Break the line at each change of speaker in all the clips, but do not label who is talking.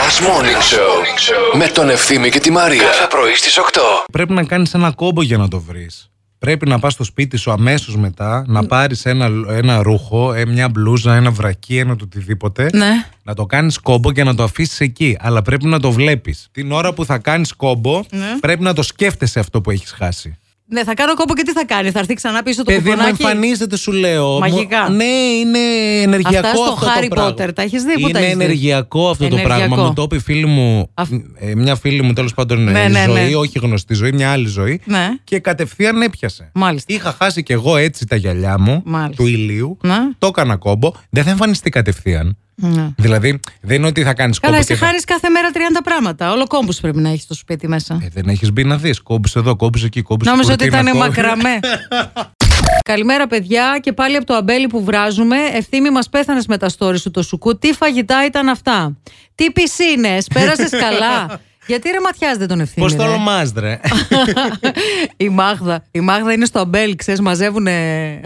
Last Morning Show με τον Ευθύμη και τη Μαρία. Κάθε πρωί στις 8.
Πρέπει να κάνεις ένα κόμπο για να το βρεις. Πρέπει να πας στο σπίτι σου αμέσως μετά, να πάρεις ένα, ένα ρούχο, ε, μια μπλούζα, ένα βρακί, ένα το οτιδήποτε.
Ναι.
Να το κάνεις κόμπο και να το αφήσεις εκεί. Αλλά πρέπει να το βλέπεις. Την ώρα που θα κάνεις κόμπο, πρέπει να το σκέφτεσαι αυτό που έχεις χάσει.
Ναι, θα κάνω κόμπο και τι θα κάνει, θα έρθει ξανά πίσω το
Παιδί μου,
κουπονάκι.
εμφανίζεται, σου λέω.
Μαγικά.
Μου- Ναι, είναι ενεργειακό
Αυτά στο
αυτό το
Harry
πράγμα.
Potter, τα έχεις δει, πού τα
Είναι
έχεις δει?
ενεργειακό αυτό το
Ενεργειακό.
πράγμα. Μου το είπε η φίλη μου,
Αφ-
ε, μια φίλη μου τέλος πάντων,
Ναι,
ε,
ναι,
ζωή,
ναι.
όχι γνωστή ζωή, μια άλλη ζωή.
Ναι.
Και κατευθείαν έπιασε.
Μάλιστα.
Είχα χάσει κι εγώ έτσι τα γυαλιά μου
Μάλιστα.
του ηλίου.
Ναι.
Το έκανα κόμπο. Δεν θα εμφανιστεί κατευθείαν.
Ναι.
Δηλαδή, δεν είναι ότι θα κάνεις κόμπο.
Καλά,
και
εσύ
θα-
χάνει κάθε μέρα 30 πράγματα. Όλο κόμπους πρέπει να έχεις στο σπίτι μέσα.
Ε, δεν έχεις μπει να δεις. Κόμπησε εδώ, κόμπησε εκεί, κόμπησε
Νόμιζα ότι
κουρτίνα,
ήταν
κόμπησε-
μακραμέ. Καλημέρα, παιδιά. Και πάλι από το αμπέλι που βράζουμε. Ευθύμη, μας πέθανες με τα story σου το σουκού. Τι φαγητά ήταν αυτά. Τι πισίνες, πέρασες καλά. Γιατί ρε ματιάζετε τον ευθύνη.
Πώς το ονομάζετε, ρε.
η Μάγδα. Η Μάγδα είναι στο αμπέλ, ξέρεις, μαζεύουνε.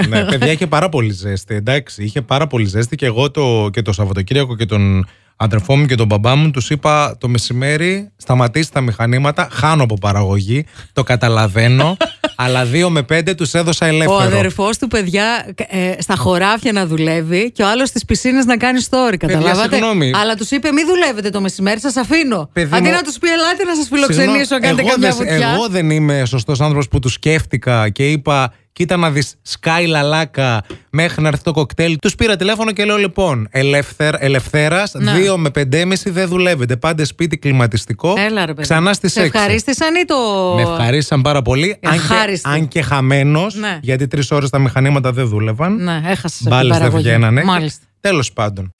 ναι, παιδιά είχε πάρα πολύ ζέστη. Εντάξει, είχε πάρα πολύ ζέστη και εγώ το, και το Σαββατοκύριακο και τον αδερφό μου και τον μπαμπά μου τους είπα το μεσημέρι σταματήστε τα μηχανήματα. Χάνω από παραγωγή, το καταλαβαίνω. αλλά 2 με 5 τους έδωσα
Ο
ελεύθερο.
αδερφός του, παιδιά, ε, στα χωράφια να δουλεύει και ο άλλος στις πισίνες να κάνει story. Καταλάβατε.
συγγνώμη.
Αλλά τους είπε: Μην δουλεύετε το μεσημέρι, σας αφήνω.
Παιδί
Αντί
μου-
να τους πει: Ελάτε να σας
Συγγνώμη,
φιλοξενήσω, να κάνετε
εγώ,
καμιά
δεν,
βουτιά.
εγώ δεν είμαι σωστός άνθρωπος που τους σκέφτηκα και είπα, κοίτα να δεις σκάι λαλάκα μέχρι να έρθει το κοκτέιλ. Τους πήρα τηλέφωνο και λέω, λοιπόν, ελευθερ, ελευθέρας,
Ναι.
2 με 5,5 δεν δουλεύετε. Πάντε σπίτι κλιματιστικό.
Έλα, ρε, παιδί.
ξανά στις 6.
Σε ευχαρίστησαν ή το.
Με ευχαρίστησαν πάρα πολύ. Αν και,
Ευχάριστη.
αν και χαμένος,
Ναι.
γιατί τρεις ώρες τα μηχανήματα δεν δούλευαν.
Ναι, έχασες.
Μπάλες δεν βγαίνανε.
Μάλιστα.
Τέλος πάντων.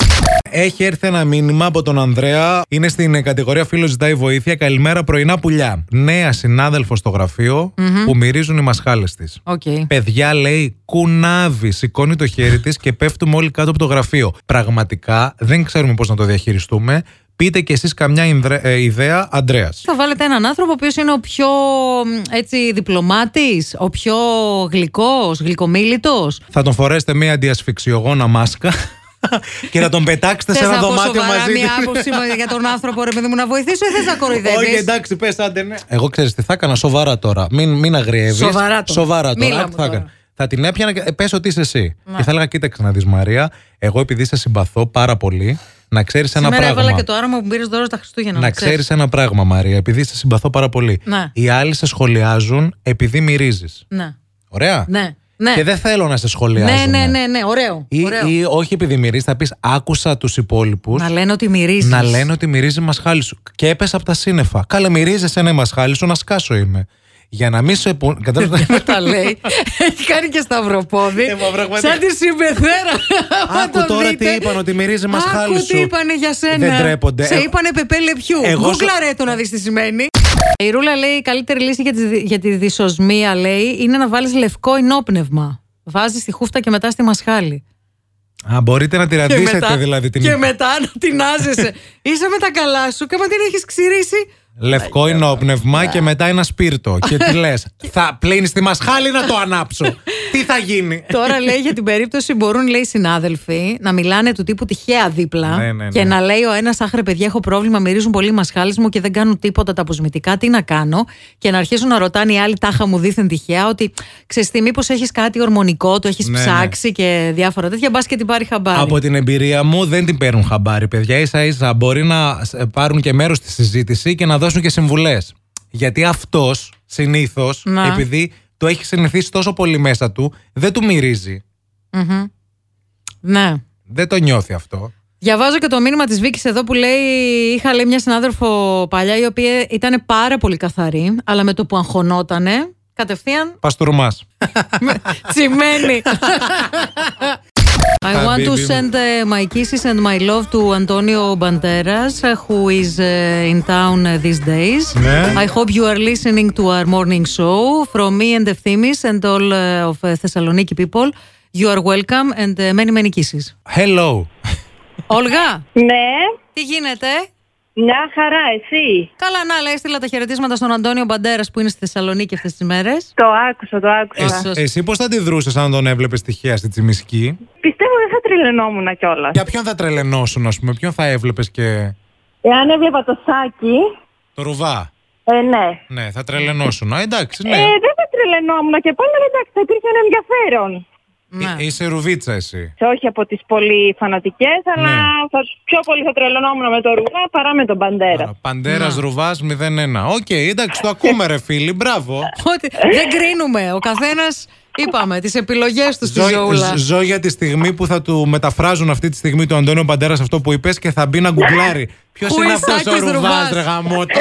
Έχει έρθει ένα μήνυμα από τον Ανδρέα. Είναι στην ε, κατηγορία Φίλος ζητάει βοήθεια. Καλημέρα, πρωινά πουλιά. Νέα συνάδελφος στο γραφειο που μυρίζουν οι μασχάλες της.
Οκ.
Παιδιά λέει κουνάβι, σηκώνει το χέρι της και πέφτουμε όλοι κάτω από το γραφείο. Πραγματικά δεν ξέρουμε πώς να το διαχειριστούμε. Πείτε κι εσείς καμιά ινδρε- ε, ιδέα, Ανδρέας.
Θα βάλετε έναν άνθρωπο ο οποίος είναι ο πιο μ, έτσι, διπλωμάτης, ο πιο γλυκός, γλυκομίλητος.
Θα τον φορέσετε μία αντιασφυξιογόνα μάσκα και να τον πετάξετε σε
Θες
ένα
να πω
δωμάτιο
σοβαρά
μαζί
μια
της.
άποψη μα- για τον άνθρωπο, ρε παιδί μου, να βοηθήσω ή θες να
Όχι,
κοροϊδεύεις.
εντάξει, πες άντε, ναι. Εγώ ξέρεις τι θα έκανα σοβαρά τώρα. Μην, μην αγριεύεις.
Σοβαρά τώρα.
Σοβαρά τώρα.
Μίλα
Άκου
μου
θα,
τώρα. Ναι.
έκανα. θα την έπιανα και πες ότι είσαι εσύ. Και θα έλεγα, κοίταξε να δεις Μαρία, εγώ επειδή σε συμπαθώ πάρα πολύ, να ξέρεις ένα
Σήμερα
πράγμα.
έβαλα και το άρωμα που πήρες δώρο τα Χριστούγεννα.
Να ξέρει ένα πράγμα, Μαρία, επειδή σε συμπαθώ πάρα πολύ.
Ναι.
Οι άλλοι σε σχολιάζουν επειδή μυρίζεις.
Ναι.
Ωραία.
Ναι. Ναι.
Και δεν θέλω να σε
Ναι,
σχολιάζουν.
ναι, ναι, ναι, ωραίο.
Ή,
ωραίο.
ή όχι επειδή μυρίζεις, θα πεις άκουσα τους υπόλοιπους.
Να λένε ότι μυρίζεις.
Να λένε ότι μυρίζει μασχάλι σου. Και έπεσα από τα σύννεφα. Καλέ, μυρίζεις ένα μασχάλι σου, να σκάσω είμαι. Για να μην σε. Που... Κατάλαβες?
Τα λέει. Έχει κάνει και σταυροπόδι.
Ε, μα πραγματικά.
Σαν τη συμπεθέρα. Άμα
Άκου
το
τώρα
δείτε.
τι είπαν, ότι μυρίζει μασχάλι
Άκου
σου.
τι είπανε για σένα.
Δεν τρέπονται.
Σε
Ε,
είπανε πεπέλε πιού.
εγώ σου-
Γκούγκλαρε το να δεις τι σημαίνει. Η Ρούλα λέει: Η καλύτερη λύση για τη, για τη δυσοσμία λέει είναι να βάλεις λευκό ενόπνευμα. Βάζεις στη χούφτα και μετά στη μασχάλη.
Α, μπορείτε να τη
Και
ραντίσετε
μετά,
δηλαδή την.
και μετά να τεινάζεσαι. Είσαι με τα καλά σου και άμα την έχεις ξηρίσει.
Λευκό ενόπνευμα και μετά ένα σπίρτο. Και τι λες, θα πλύνεις τη μασχάλη ή να το ανάψω. τι θα γίνει.
Τώρα λέει για την περίπτωση μπορούν λέει οι συνάδελφοι να μιλάνε του τύπου τυχαία δίπλα
Ναι, ναι, ναι.
και να λέει ο ένας άχρε παιδιά έχω πρόβλημα, μυρίζουν πολύ οι μασχάλες μου και δεν κάνουν τίποτα τα αποσμητικά, τι να κάνω και να αρχίσουν να ρωτάνε οι άλλοι τάχα μου δίθεν τυχαία ότι ξέρεις τι μήπως έχεις κάτι ορμονικό, το έχεις
Ναι, ναι.
ψάξει και διάφορα τέτοια μπας και την πάρει χαμπάρι.
Από την εμπειρία μου δεν την παίρνουν χαμπάρι, παιδιά. σα ίσα μπορεί να ε, πάρουν και μέρος στη συζήτηση και να δώσουν και συμβουλές. Γιατί αυτός συνήθως,
Να.
επειδή το έχει συνηθίσει τόσο πολύ μέσα του, δεν του μυρίζει.
Μμμ. Ναι.
Δεν το νιώθει αυτό.
Διαβάζω και το μήνυμα της Βίκης εδώ που λέει: Είχα λέει μια συνάδελφο παλιά η οποία ήταν πάρα πολύ καθαρή, αλλά με το που αγχωνότανε, κατευθείαν
Παστούρμα.
Με- Τσιμένη. I want to
Χαμπίμπι μου.
send uh, my kisses and my love to Antonio Banderas, uh, who is uh, in town uh, these days.
Ναι.
I hope you are listening to our morning show from me and Ephthimis and all uh, of uh, Thessaloniki people. You are welcome and uh, many many kisses.
Hello.
Όλγα,
Ναι,
τι γίνεται?
μια χαρά, εσύ.
Καλά να λέει, έστειλα τα χαιρετίσματα στον Αντώνιο Μπαντέρας που είναι στη Θεσσαλονίκη αυτές τις μέρες.
Το άκουσα, το άκουσα.
Εσύ,
Ίσως.
εσύ πώς θα αντιδρούσε αν τον έβλεπες τυχαία στη τσιμισκή.
Πιστεύω δεν θα τρελαινόμουν κιόλας.
Για ποιον θα τρελαινόσουν, ας πούμε, ποιον θα έβλεπες και.
Εάν έβλεπα το σάκι,
Το ρουβά.
ε, ναι.
Ναι, θα τρελαινόσουν. Α, εντάξει, ναι.
Ε, δεν θα τρελαινόμουν και πάλι, αλλά εντάξει, θα υπήρχε ένα ενδιαφέρον.
Ναι.
Ε, είσαι ρουβίτσα εσύ.
Σε όχι από τις πολύ φανατικές, αλλά
Ναι.
θα, πιο πολύ θα τρελαινόμουν με το ρούχα παρά με τον Παντέρα.
Παντέρας
Ναι.
Ρουβάς 01. Οκ, εντάξει, το ακούμε, ρε φίλοι. Μπράβο.
Ότι δεν κρίνουμε. Ο καθένας, είπαμε, τις επιλογές του στη
Ζω,
ζωούλα.
ζ- ζω για τη στιγμή που θα του μεταφράζουν αυτή τη στιγμή του Αντώνιο Παντέρας αυτό που είπες και θα μπει να γκουγκλάρει. Ποιος
Who
είναι
is
αυτός ο
Σάκης
Ρουβάς,
Ρουβάς?
ρε γαμότο.